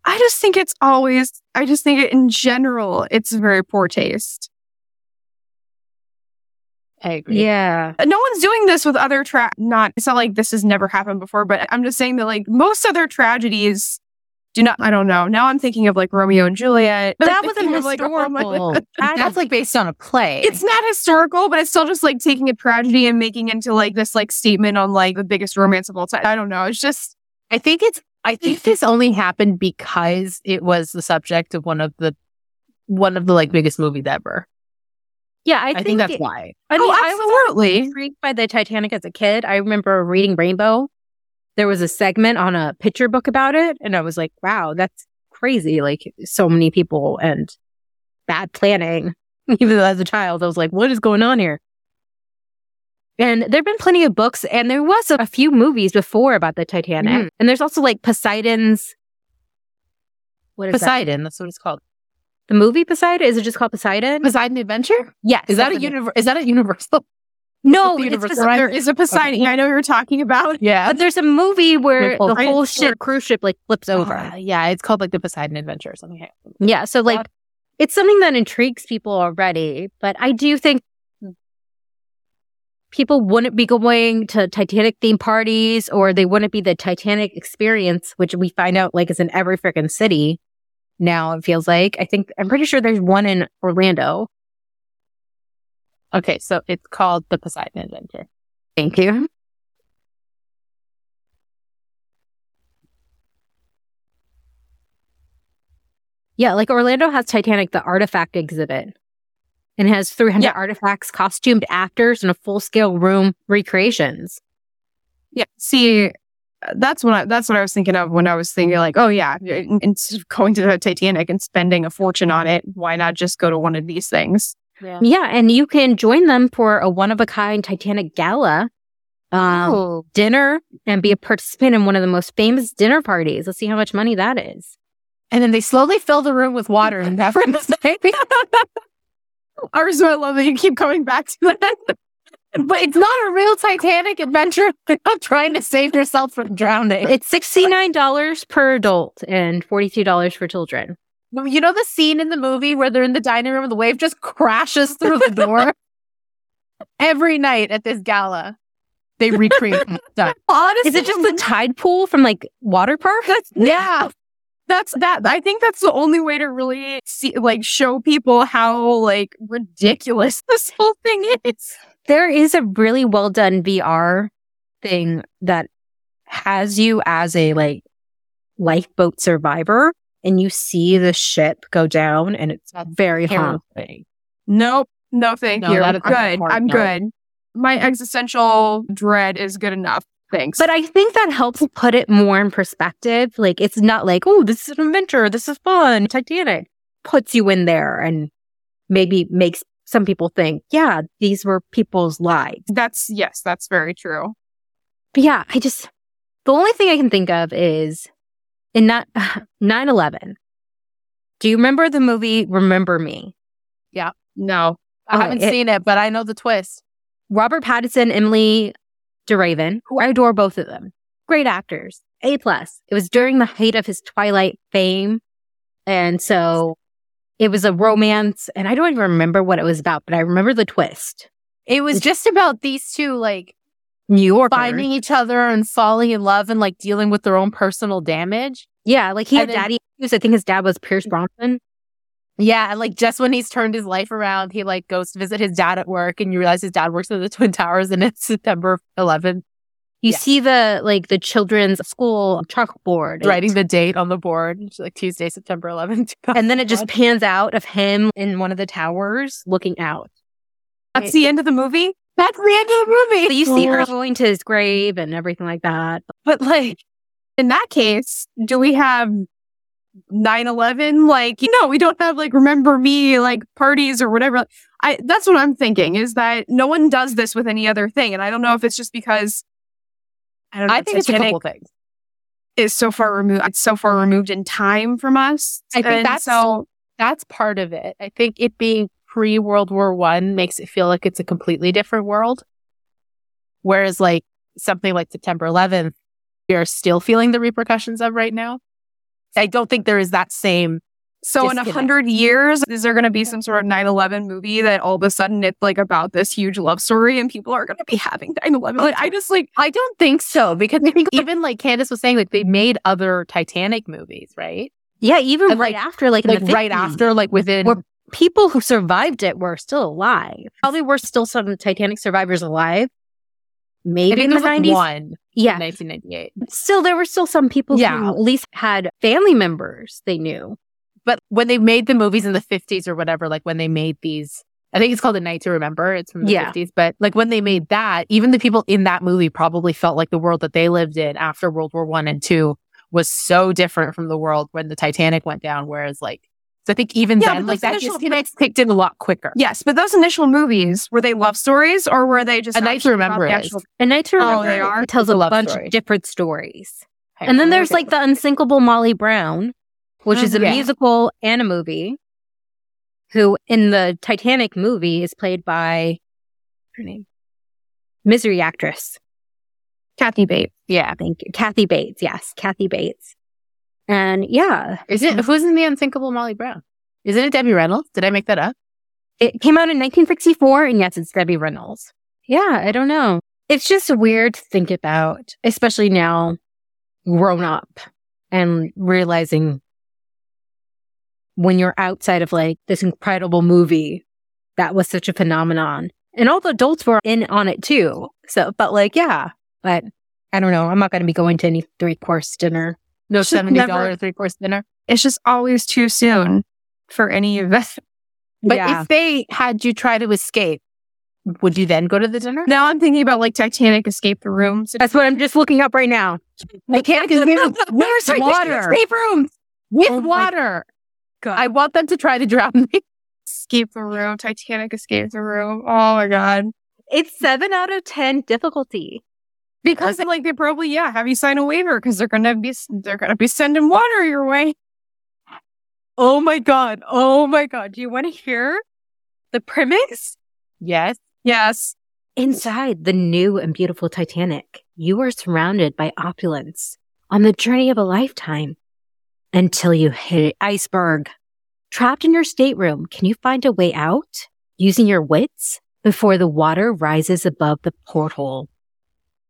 S3: I just think it's always, I just think it in general, it's very poor taste.
S4: I agree.
S2: Yeah.
S3: No one's doing this with other tra Not, it's not like this has never happened before, but I'm just saying that like most other tragedies. Do not, I don't know. Now I'm thinking of like Romeo and Juliet.
S2: That
S3: I'm
S2: was an
S3: thinking of, like, oh my
S4: <laughs>
S2: historical.
S4: That's like based on a play.
S3: it's not historical, but it's still just like taking a tragedy and making into like this like statement on like the biggest romance of all time. I don't know. It's just
S4: I <laughs> think it's I think this only happened because it was the subject of one of the one of the like biggest movies ever.
S2: Yeah, I
S4: I,
S2: think,
S4: think, that's
S2: it-
S4: why.
S2: I mean,
S3: oh,
S2: I was
S3: absolutely.
S2: intrigued by the Titanic as a kid. I remember reading Rainbow. There was a segment on a picture book about it, and I was like, "Wow, that's crazy!" Like so many people and bad planning. <laughs> Even though as a child, I was like, "What is going on here?" And there have been plenty of books, and there was a, a few movies before about the Titanic.
S4: Mhm.
S2: And there's also like Poseidon's. What is that?
S4: Poseidon. That's what it's called.
S2: The movie Poseidon? Is it just called Poseidon?
S4: Poseidon Adventure.
S2: yes.
S4: Is that
S2: that's
S4: a
S2: what it-
S4: univer- Is that a universal? <laughs>
S2: No, it's
S4: the universe,
S2: Poseidon.
S4: right?
S3: There is a Poseidon. Yeah, I know what you're talking about.
S4: <laughs> Yeah.
S2: But there's a movie where
S4: Nicole
S2: the
S4: Kidman.
S2: whole ship cruise ship like flips over.
S4: Ah, yeah, it's called like the Poseidon Adventure or something.
S2: yeah, so like it's something that intrigues people already, but I do think people wouldn't be going to Titanic theme parties or they wouldn't be the Titanic experience, which we find out like is in every freaking city now it feels like. I think I'm pretty sure there's one in Orlando.
S4: Okay, so it's called the Poseidon Adventure.
S2: Thank you. Yeah, like Orlando has Titanic, the artifact exhibit, and it has 300
S4: Yeah.
S2: artifacts, costumed actors, and a full scale room recreations.
S3: Yeah. See, that's what I, that's what I was thinking of when I was thinking like, oh yeah, in- instead of going to the Titanic and spending a fortune on it, why not just go to one of these things?
S4: Yeah.
S2: Yeah, and you can join them for a one of a kind Titanic gala um,
S4: Oh,
S2: dinner and be a participant in one of the most famous dinner parties. Let's see how much money that is.
S4: and then they slowly fill the room with water and never in the same.
S3: I just I love that you keep coming back to that.
S4: But it's not a real Titanic adventure. I'm trying to save yourself from drowning.
S2: It's $69 per adult and $42 for children.
S4: You know the scene in the movie where they're in the dining room and the wave just crashes through the door? Every night at this gala, they recreate that.
S3: Honestly,
S2: Is it just the
S3: <laughs>
S2: tide pool from like water park?
S4: Yeah.
S3: that's that i think that's the only way to really see like show people how like ridiculous <laughs> this whole thing is
S2: There is a really well done VR thing that has you as a like lifeboat survivor and you see the ship go down and it's
S4: That's
S2: very hard.
S4: Terrifying.
S3: nope no thank
S4: No,
S3: you
S4: that
S3: i'm
S4: is not
S3: good
S4: hard,
S3: i'm
S4: no.
S3: good my existential dread is good enough thanks
S2: But I think that helps put it more in perspective. Like it's not like, oh, this is an adventure. This is fun. Titanic puts you in there and maybe makes some people think, yeah, these were people's lives.
S3: that's yes that's very true
S2: But yeah, I just the only thing I can think of is in that <sighs> 9/11. Do you remember the movie Remember Me?
S3: no
S4: I
S2: Okay,
S4: haven't
S2: Oh, it-
S4: seen it, but I know the twist.
S2: Robert Pattinson, Emily DeRaven, who I adore both of them. Great actors. A plus. It was during the height of his Twilight fame. And so it was a romance and I don't even remember what it was about, but I remember the twist.
S4: It was just about these two like
S2: New York.
S4: finding each other and falling in love and like dealing with their own personal damage.
S2: Yeah, like he had
S4: And then-
S2: daddy issues. I think his dad was Pierce Bronson.
S4: Yeah, and like just when he's turned his life around, he like goes to visit his dad at work and you realize his dad works at the <laughs> Twin Towers and it's September 11th,
S2: You
S4: Yeah.
S2: see the like the children's school chalkboard
S4: writing the date on the board, It's, like Tuesday, September 11th.
S2: and then it
S4: Oh
S2: just pans out of him in one of the towers looking out.
S3: that's the end of the movie
S4: <laughs> That's the end of the
S2: So
S4: movie.
S2: you see her going to his grave and everything like that.
S3: but like in that case do we have 9-11 like you know we don't have like remember me like parties or whatever i that's what i'm thinking is that no one does this with any other thing and i don't know if it's just because i don't know
S4: I think it's a
S3: Titanic
S4: couple things.
S3: is so far removed it's so far removed in time from us
S4: I think
S3: And
S4: that's-
S3: so
S4: That's part of it. I think it being pre World War One makes it feel like it's a completely different world. Whereas like something like September 11th, we are still feeling the repercussions of right now. I don't think there is that same
S3: so in a
S4: disconnect.
S3: hundred years is there going to be some sort of 9-11 movie that all of a sudden it's like about this huge love story and people are going to be having 9-11 like i just like
S4: I don't think so because I think even like Candace was saying, like they made other Titanic movies, right?
S2: Yeah, even
S4: And,
S2: right
S4: like-
S2: after, like, in
S4: Like
S2: the
S4: right
S2: 50s,
S4: after, like within.
S2: We're- people who survived it were still alive. Probably were still some Titanic survivors alive.
S4: I
S2: Maybe
S4: think
S2: in the
S4: there's like
S2: nineties.
S4: one in
S2: yeah.
S4: 1998.
S2: Still there were still some people
S4: Yeah.
S2: who at least had family members they knew
S4: But when they made the movies in the 50s or whatever, like when they made these, I think it's called A Night to Remember. It's from the
S2: Yeah.
S4: 50s. But like when they made that, even the people in that movie probably felt like the world that they lived in after World War One and Two was so different from the world when the Titanic went down. Whereas like, so I think even
S3: Yeah,
S4: then,
S3: but
S4: like
S3: those
S4: that
S3: initial-
S4: disconnect kicked in a lot quicker.
S3: Yes, but those initial movies were they love stories or were they just
S4: A Night to
S3: actually about
S4: Remember
S3: the
S4: is.
S3: actual-
S2: And Night to
S3: Oh,
S2: Remember
S3: they are?
S2: tells
S4: It's a
S2: a
S4: love
S2: bunch
S4: story.
S2: of different stories. And then there's like the unsinkable Molly Brown, which is a
S4: Mhm. Yeah.
S2: musical and a movie, who in the Titanic movie is played by her name, misery actress.
S3: Kathy Bates?
S4: yeah.
S2: Thank you, Kathy Bates. Yes, Kathy Bates. And yeah,
S4: Is <laughs> it who's in the Unsinkable Molly Brown? Isn't it Debbie Reynolds? Did I make that up?
S2: it came out in 1964, and yes, it's Debbie Reynolds. Yeah, I don't know. It's just weird to think about, especially now, grown up, and realizing when you're outside of like this incredible movie that was such a phenomenon, and all the adults were in on it too. So, but like, yeah, but I don't know. I'm not going to be going to any three course dinner.
S4: No,
S3: Should
S4: seventy dollar
S3: never-
S4: three course dinner.
S3: It's just always too soon for any event.
S4: But
S2: yeah.
S4: if they had you try to escape, would you then go to the dinner?
S3: <laughs> Now I'm thinking about like Titanic escape the room.
S2: that's what I'm just looking up right now. I can't where's
S4: Sorry,
S2: water?
S4: Escape room with
S2: Oh my
S4: water.
S3: God.
S4: I want them to try to drown me.
S3: escape the room. Titanic escape the room. Oh my god.
S2: It's seven out of 10 difficulty.
S3: Because like they probably yeah have you sign a waiver because they're gonna be they're gonna be sending water your way.
S2: Oh my God. Oh my God. Do you want to hear the premise?
S4: Yes.
S3: Yes. <laughs>
S2: Inside the new and beautiful Titanic, you are surrounded by opulence on the journey of a lifetime until you hit an iceberg. Trapped in your stateroom, can you find a way out using your wits before the water rises above the porthole?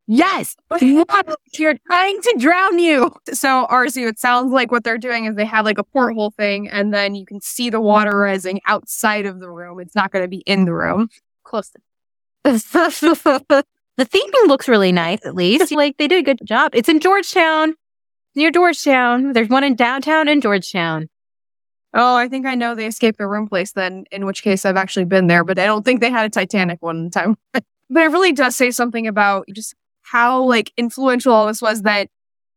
S4: Yes.
S2: <laughs>
S4: Water. You're trying to drown you.
S3: So Arzu, it sounds like what they're doing is they have like a porthole thing, and then you can see the water rising outside of the room. It's not gonna be in the room.
S4: Close.
S2: the theming looks really nice, at least. Like they did a good job. It's in Georgetown, near Georgetown. There's one in downtown and Georgetown.
S3: Oh, I think I know the escape the room place then, in which case I've actually been there, but I don't think they had a Titanic one time. <laughs> but it really does say something about just how like influential all this was that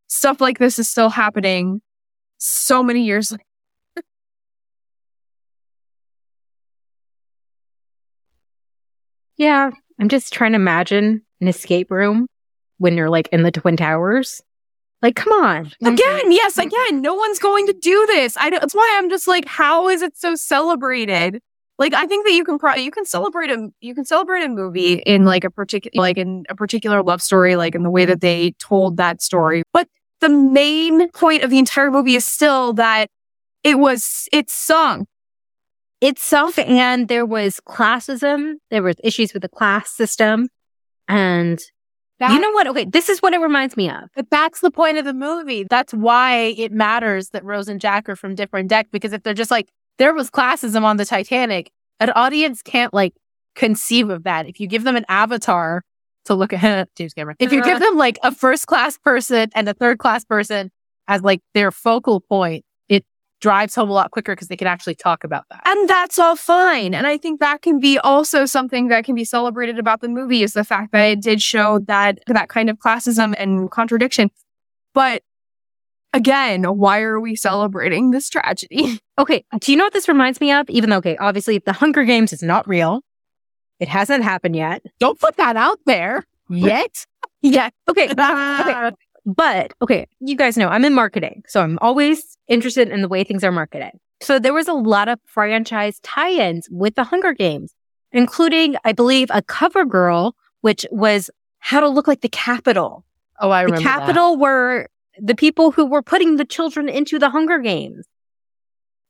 S3: stuff like this is still happening so many years later.
S2: Yeah, I'm just trying to imagine an escape room when you're like in the Twin Towers. Like, come on.
S3: Again, yes, again, no one's going to do this. I don't, that's why I'm just like, how is it so celebrated? Like, I think that you can pro- you can celebrate a you can celebrate a movie in like a particular like in a particular love story, like in the way that they told that story. But the main point of the entire movie is still that it was it's sung.
S2: Itself, and there was classism. There was issues with the class system, and you know what? Okay, this is what it reminds me of.
S4: But that's the point of the movie. That's why it matters that Rose and Jack are from different deck because if they're just like there was classism on the Titanic, an audience can't like conceive of that. If you give them an avatar to look at <laughs> James Cameron, if you
S2: <laughs>
S4: give them like a first class person and a third class person as like their focal point, it drives home a lot quicker because they can actually talk about that.
S3: And that's all fine. And I think that can be also something that can be celebrated about the movie is the fact that it did show that that kind of classism and contradiction. But again, why are we celebrating this tragedy? <laughs>
S2: Okay, do you know what this reminds me of? Even though, okay, obviously the Hunger Games is not real. It hasn't happened yet.
S4: Don't put that out there yet.
S2: Yeah. <laughs>
S3: <laughs>
S2: Okay. okay. But okay, you guys know I'm in marketing, so I'm always interested in the way things are marketed. So there was a lot of franchise tie-ins with the Hunger Games, including, I believe, a cover girl, which was how to look like the Capitol.
S4: Oh, I
S2: The
S4: remember. that.
S2: Capitol were the people who were putting the children into the Hunger Games.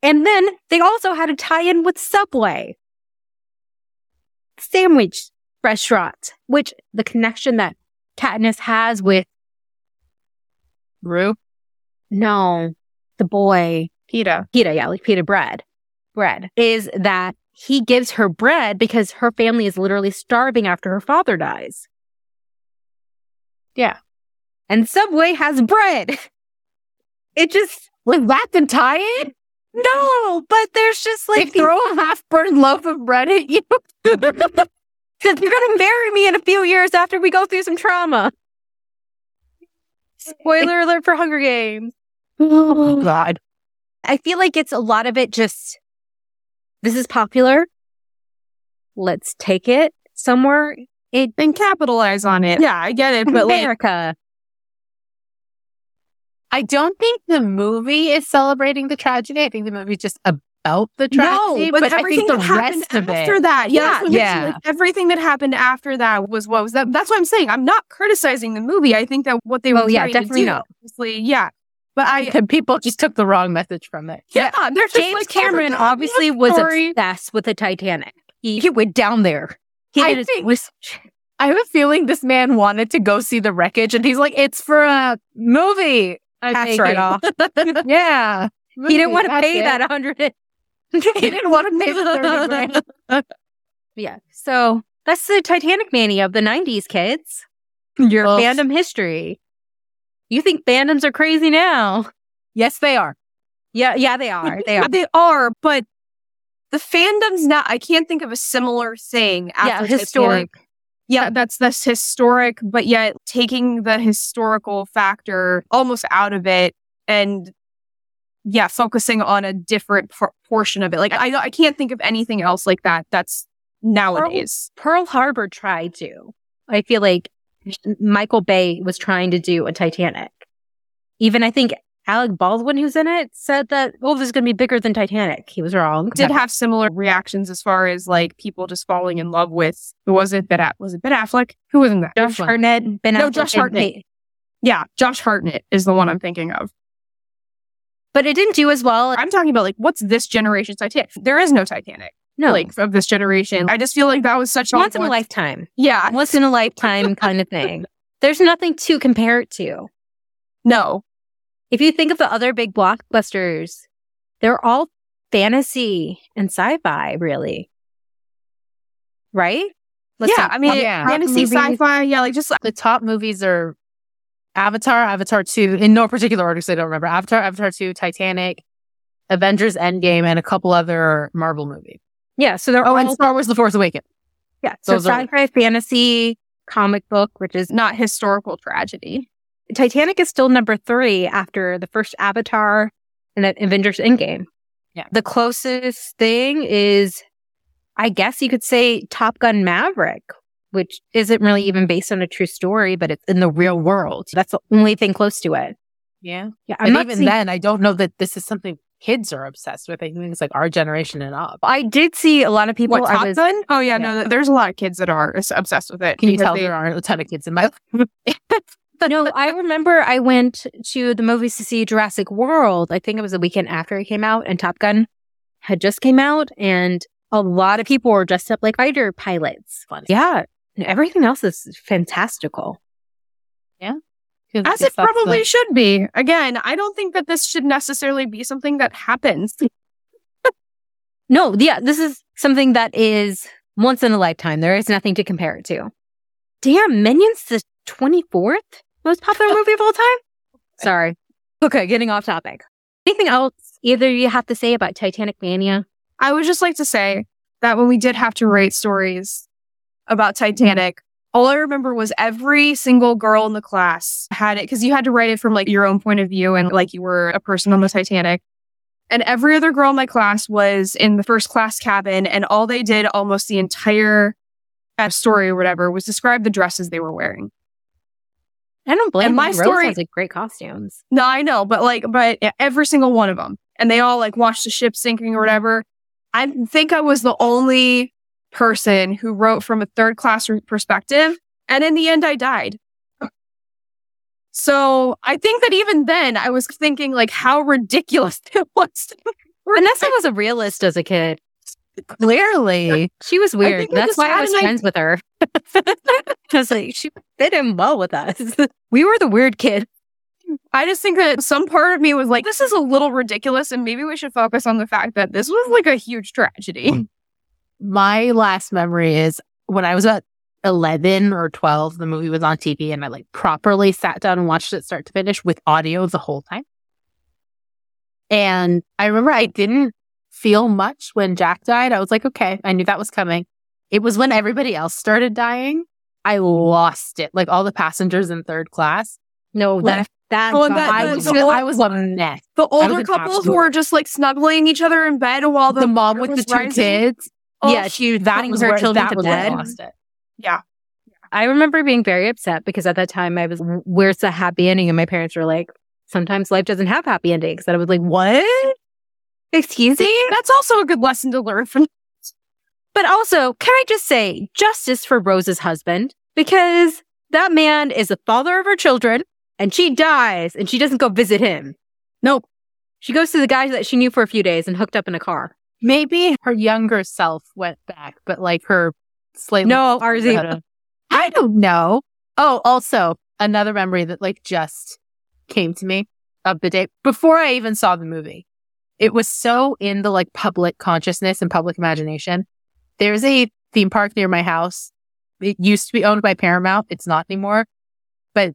S2: And then they also had a tie-in with Subway. Sandwich restaurant, which the connection that Katniss has with
S4: Rue.
S2: No, the boy,
S3: Peta.
S2: Pita, yeah, like Pita bread, bread, is that he gives her bread because her family is literally starving after her father dies. Yeah. And Subway has bread. <laughs> It just,
S4: Was that the tie-in?
S2: No, but there's just
S3: They
S2: like these-
S3: throw a half burned loaf of bread at
S2: <laughs>
S3: you.
S2: Because you're going to marry me in a few years after we go through some trauma. Spoiler alert for Hunger
S3: <sighs>
S2: Games.
S4: Oh, God.
S2: I feel like it's a lot of it just, this is popular. Let's take it somewhere. It,
S3: Then capitalize on it. Yeah, I get it, <laughs> but like
S2: America.
S4: I don't think the movie is celebrating the tragedy. I think the movie's just about the tragedy.
S3: no, but,
S4: I
S3: everything
S4: think the
S3: that happened
S4: rest of
S3: after
S4: it.
S3: that, yeah, that's
S4: Yeah,
S3: what I'm saying,
S4: yeah.
S3: like, everything that happened after that was what was that. That's what I'm saying. I'm not criticizing the movie. I think that what they were
S2: Well, yeah,
S3: trying
S2: definitely
S3: to do,
S2: not.
S3: obviously, yeah. But I,
S4: And <laughs> people just took the wrong message from it.
S3: yeah, they're just
S2: James
S3: like,
S2: Cameron
S3: oh,
S2: obviously was
S3: story.
S2: obsessed with the Titanic. He, he went down there. He
S4: I
S2: did his
S4: think-
S2: research.
S4: I have a feeling this man wanted to go see the wreckage, and he's like, "It's for a movie." I
S3: That's
S4: think.
S3: right <laughs> off.
S4: yeah,
S2: He didn't want to pay that 100.
S4: He didn't want to pay the 30 grand.
S2: Yeah. So that's the Titanic mania of the 90s, kids.
S3: <laughs>
S4: Your
S2: Fandom history. You think fandoms are crazy now?
S4: Yes, they are.
S2: Yeah, yeah, they are. They are.
S3: They are, but the fandom's not. I can't think of a similar thing.
S2: <laughs>
S3: After
S2: yeah,
S3: Titanic.
S2: historic.
S3: Yeah, that's that's historic, but yet taking the historical factor almost out of it and yeah, focusing on a different por- portion of it. Like I I can't think of anything else like that. That's nowadays.
S2: Pearl Harbor tried to. I feel like Michael Bay was trying to do a Titanic. Even I think Alec Baldwin, who's in it, said that, oh, this is going to be bigger than Titanic. He was wrong.
S3: Did have similar reactions as far as like people just falling in love with who was it? Ben Aff- was it Ben Affleck? Who was in that?
S2: Josh Hartnett, Ben
S3: No,
S2: Affleck,
S3: Josh
S2: and
S3: Hartnett.
S2: Pa-
S3: Yeah, Josh Hartnett is the one I'm thinking of.
S2: But it didn't do as well.
S3: I'm talking about like what's this generation's Titanic? There is no Titanic
S2: No,
S3: like of this generation. I just feel like that was such
S2: once in a lifetime.
S3: Yeah,
S2: once in a lifetime kind of <laughs> thing. There's nothing to compare it to.
S3: no,
S2: If you think of the other big blockbusters, they're all fantasy and sci-fi, really. Right?
S3: yeah, I mean,
S4: yeah.
S3: fantasy,
S2: movies-
S3: sci-fi, yeah, like just
S4: The top movies are Avatar, Avatar Two, in no particular order, because I don't remember. Avatar, Avatar Two, Titanic, Avengers: Endgame, and a couple other Marvel movies.
S2: yeah. So they're
S4: Oh, and
S2: all
S4: Star Wars: The Force Awakens.
S2: yeah. So
S4: those are-
S2: sci-fi, fantasy, comic book, which is
S3: not historical tragedy.
S2: Titanic is still number three after the first Avatar and then Avengers Endgame.
S4: Yeah.
S2: The closest thing is, I guess you could say Top Gun Maverick, which isn't really even based on a true story, but it's in the real world. That's the only thing close to it.
S4: Yeah,
S2: Yeah. I'm
S4: and
S2: not
S4: even
S2: seeing-
S4: then, I don't know that this is something kids are obsessed with. I think it's like our generation and up.
S2: I did see a lot of people.
S3: What
S2: I
S3: Top
S2: was-
S3: Gun? Oh yeah, no, th- there's a lot of kids that are s- obsessed with it.
S4: Can you
S3: because
S4: tell
S3: they-
S4: there aren't a ton of kids in my life?
S2: no, I remember I went to the movies to see Jurassic World. I think it was the weekend after it came out, and Top Gun had just came out, and a lot of people were dressed up like fighter pilots.
S4: Fun.
S2: Yeah, and everything else is fantastical.
S3: As it probably should be. Again, I don't think that this should necessarily be something that happens.
S2: No, yeah, this is something that is once in a lifetime. There is nothing to compare it to. Damn, Minions the twenty fourth most
S3: <laughs>
S2: popular movie of all time. Sorry. Okay, getting off topic. Anything else either you have to say about Titanic Mania?
S3: I would just like to say that when we did have to rate stories about Titanic, all I remember was every single girl in the class had it because you had to write it from like your own point of view and like you were a person on the Titanic. And every other girl in my class was in the first class cabin, and all they did almost the entire uh, story or whatever was describe the dresses they were wearing.
S2: I don't blame
S3: And
S2: you.
S3: my
S2: Rose
S3: story-
S2: has like great costumes.
S3: No, I know, but like, but e, every single one of them. And they all like watched the ship sinking or whatever. I think I was the only person who wrote from a third class r- perspective. And in the end, I died. So I think that even then, I was thinking like how ridiculous <laughs> it was.
S2: Vanessa was a realist as a kid.
S4: clearly.
S2: She was weird.
S3: think I
S2: That's
S3: just
S2: why I
S3: had
S2: was
S3: an
S2: friends with her. <laughs> I was like, she fit in well with us. <laughs> We were the weird kid.
S3: I just think that some part of me was like, this is a little ridiculous. And maybe we should focus on the fact that this was like a huge
S4: Hmm.
S3: tragedy.
S4: My last memory is when I was about eleven or twelve. The movie was on TV, and I like properly sat down and watched it start to finish with audio the whole time. And I remember I didn't feel much when Jack died. I was like, okay, I knew that was coming. It was when everybody else started dying. I lost it. Like all the passengers in third class.
S2: No, that, that,
S3: Oh,
S2: God,
S3: that-
S4: I
S3: that-
S4: was,
S3: the
S4: I was a mess.
S3: The
S4: was
S3: older
S4: an
S3: couples
S4: absolute-
S3: who were just like snuggling each other in bed while the,
S4: The mom with the
S3: was
S4: two
S3: rising. Oh,
S4: kids.
S2: yeah, she
S4: That
S2: putting
S4: was
S2: her
S4: where,
S2: children
S4: that
S2: to
S4: was where I
S2: bed.
S4: lost it.
S3: yeah.
S2: I remember being very upset because at that time I was, where's the happy ending? And my parents were like, sometimes life doesn't have happy endings. And I was like, what? Excuse me?
S3: That's also a good lesson to learn from. <laughs>
S2: But also, can I just say justice for Rose's husband? Because that man is the father of her children and she dies and she doesn't go visit him. Nope. She goes to the guy that she knew for a few days and hooked up in a car.
S4: Maybe her younger self went back, but like her slightly
S2: No, RZ.
S4: I don't know. Oh, also another memory that like just came to me of the day before I even saw the movie. It was so in the like public consciousness and public imagination. There's a theme park near my house. It used to be owned by Paramount. It's not anymore. But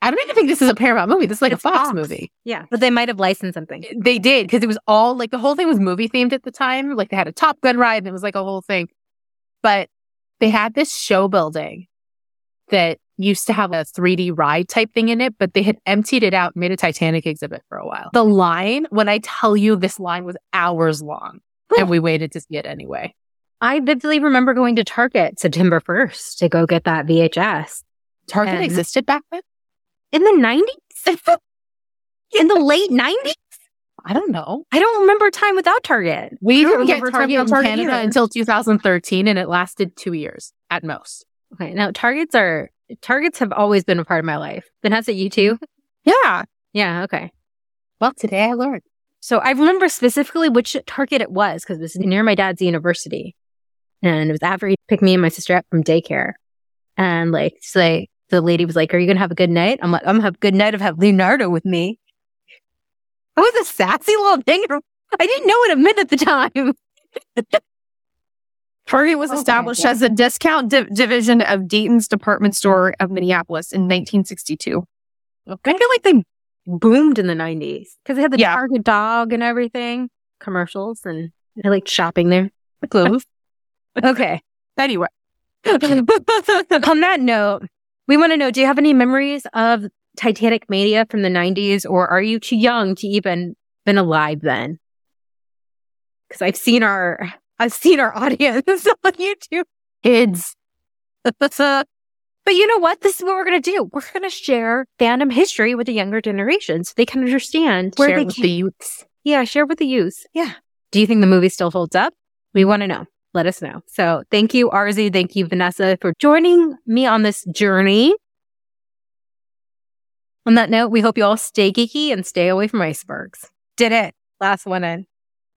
S4: I don't even think this is a Paramount movie. This is like
S2: It's
S4: a Fox,
S2: Fox.
S4: movie.
S2: Yeah. But they might have licensed something.
S4: They did because it was all like the whole thing was movie themed at the time. Like they had a Top Gun ride and it was like a whole thing. But they had this show building that used to have a 3D ride type thing in it, but they had emptied it out, and made a Titanic exhibit for a while. The line, when I tell you this line was hours long and we waited to see it anyway.
S2: I vividly remember going to Target September 1st to go get that VHS.
S4: Target
S2: And-
S4: existed back then?
S2: In the 90s? In the late 90s?
S4: I don't know.
S2: I don't remember a time without Target.
S4: We didn't get
S2: remember
S4: Target
S2: Target
S4: in
S2: from Target
S4: Canada
S2: either.
S4: until 2013 and it lasted two years at most.
S2: Okay, now targets are targets have always been a part of my life. Then has it you too?
S4: Yeah.
S2: Yeah, okay.
S4: Well, today I learned.
S2: So I remember specifically which target it was because it was near my dad's university, and it was after he picked me and my sister up from daycare, and like so like the lady was like, "Are you gonna have a good night?" I'm like, "I'm gonna have a good night. I've had Leonardo with me." I was a sassy little dingo. I didn't know what it meant at the time.
S3: Target was
S2: Okay.
S3: established as a discount di- division of Dayton's department store of Minneapolis in 1962.
S2: I feel like they boomed in the 90s because they had the
S3: Yeah.
S2: Target dog and everything, commercials, and I liked shopping there.
S4: Close.
S2: <laughs> Okay. <laughs>
S4: anyway.
S2: On that note, we want to know do you have any memories of Titanic Mania from the 90s, or are you too young to even been alive then? Because I've seen our. I've seen our <laughs> audience on YouTube.
S4: Kids.
S2: But you know what? This is what we're going to do. We're going to share fandom history with the younger generation so they can understand where
S4: Share
S2: they
S4: it with
S2: came
S4: the youths.
S2: Yeah, share with the youth. Yeah. Do you think the movie still holds up? We want to know. Let us know. So thank you, Arzu. Thank you, Vanessa, for joining me on this journey. On that note, we hope you all stay geeky and stay away from icebergs. Did it. Last one in.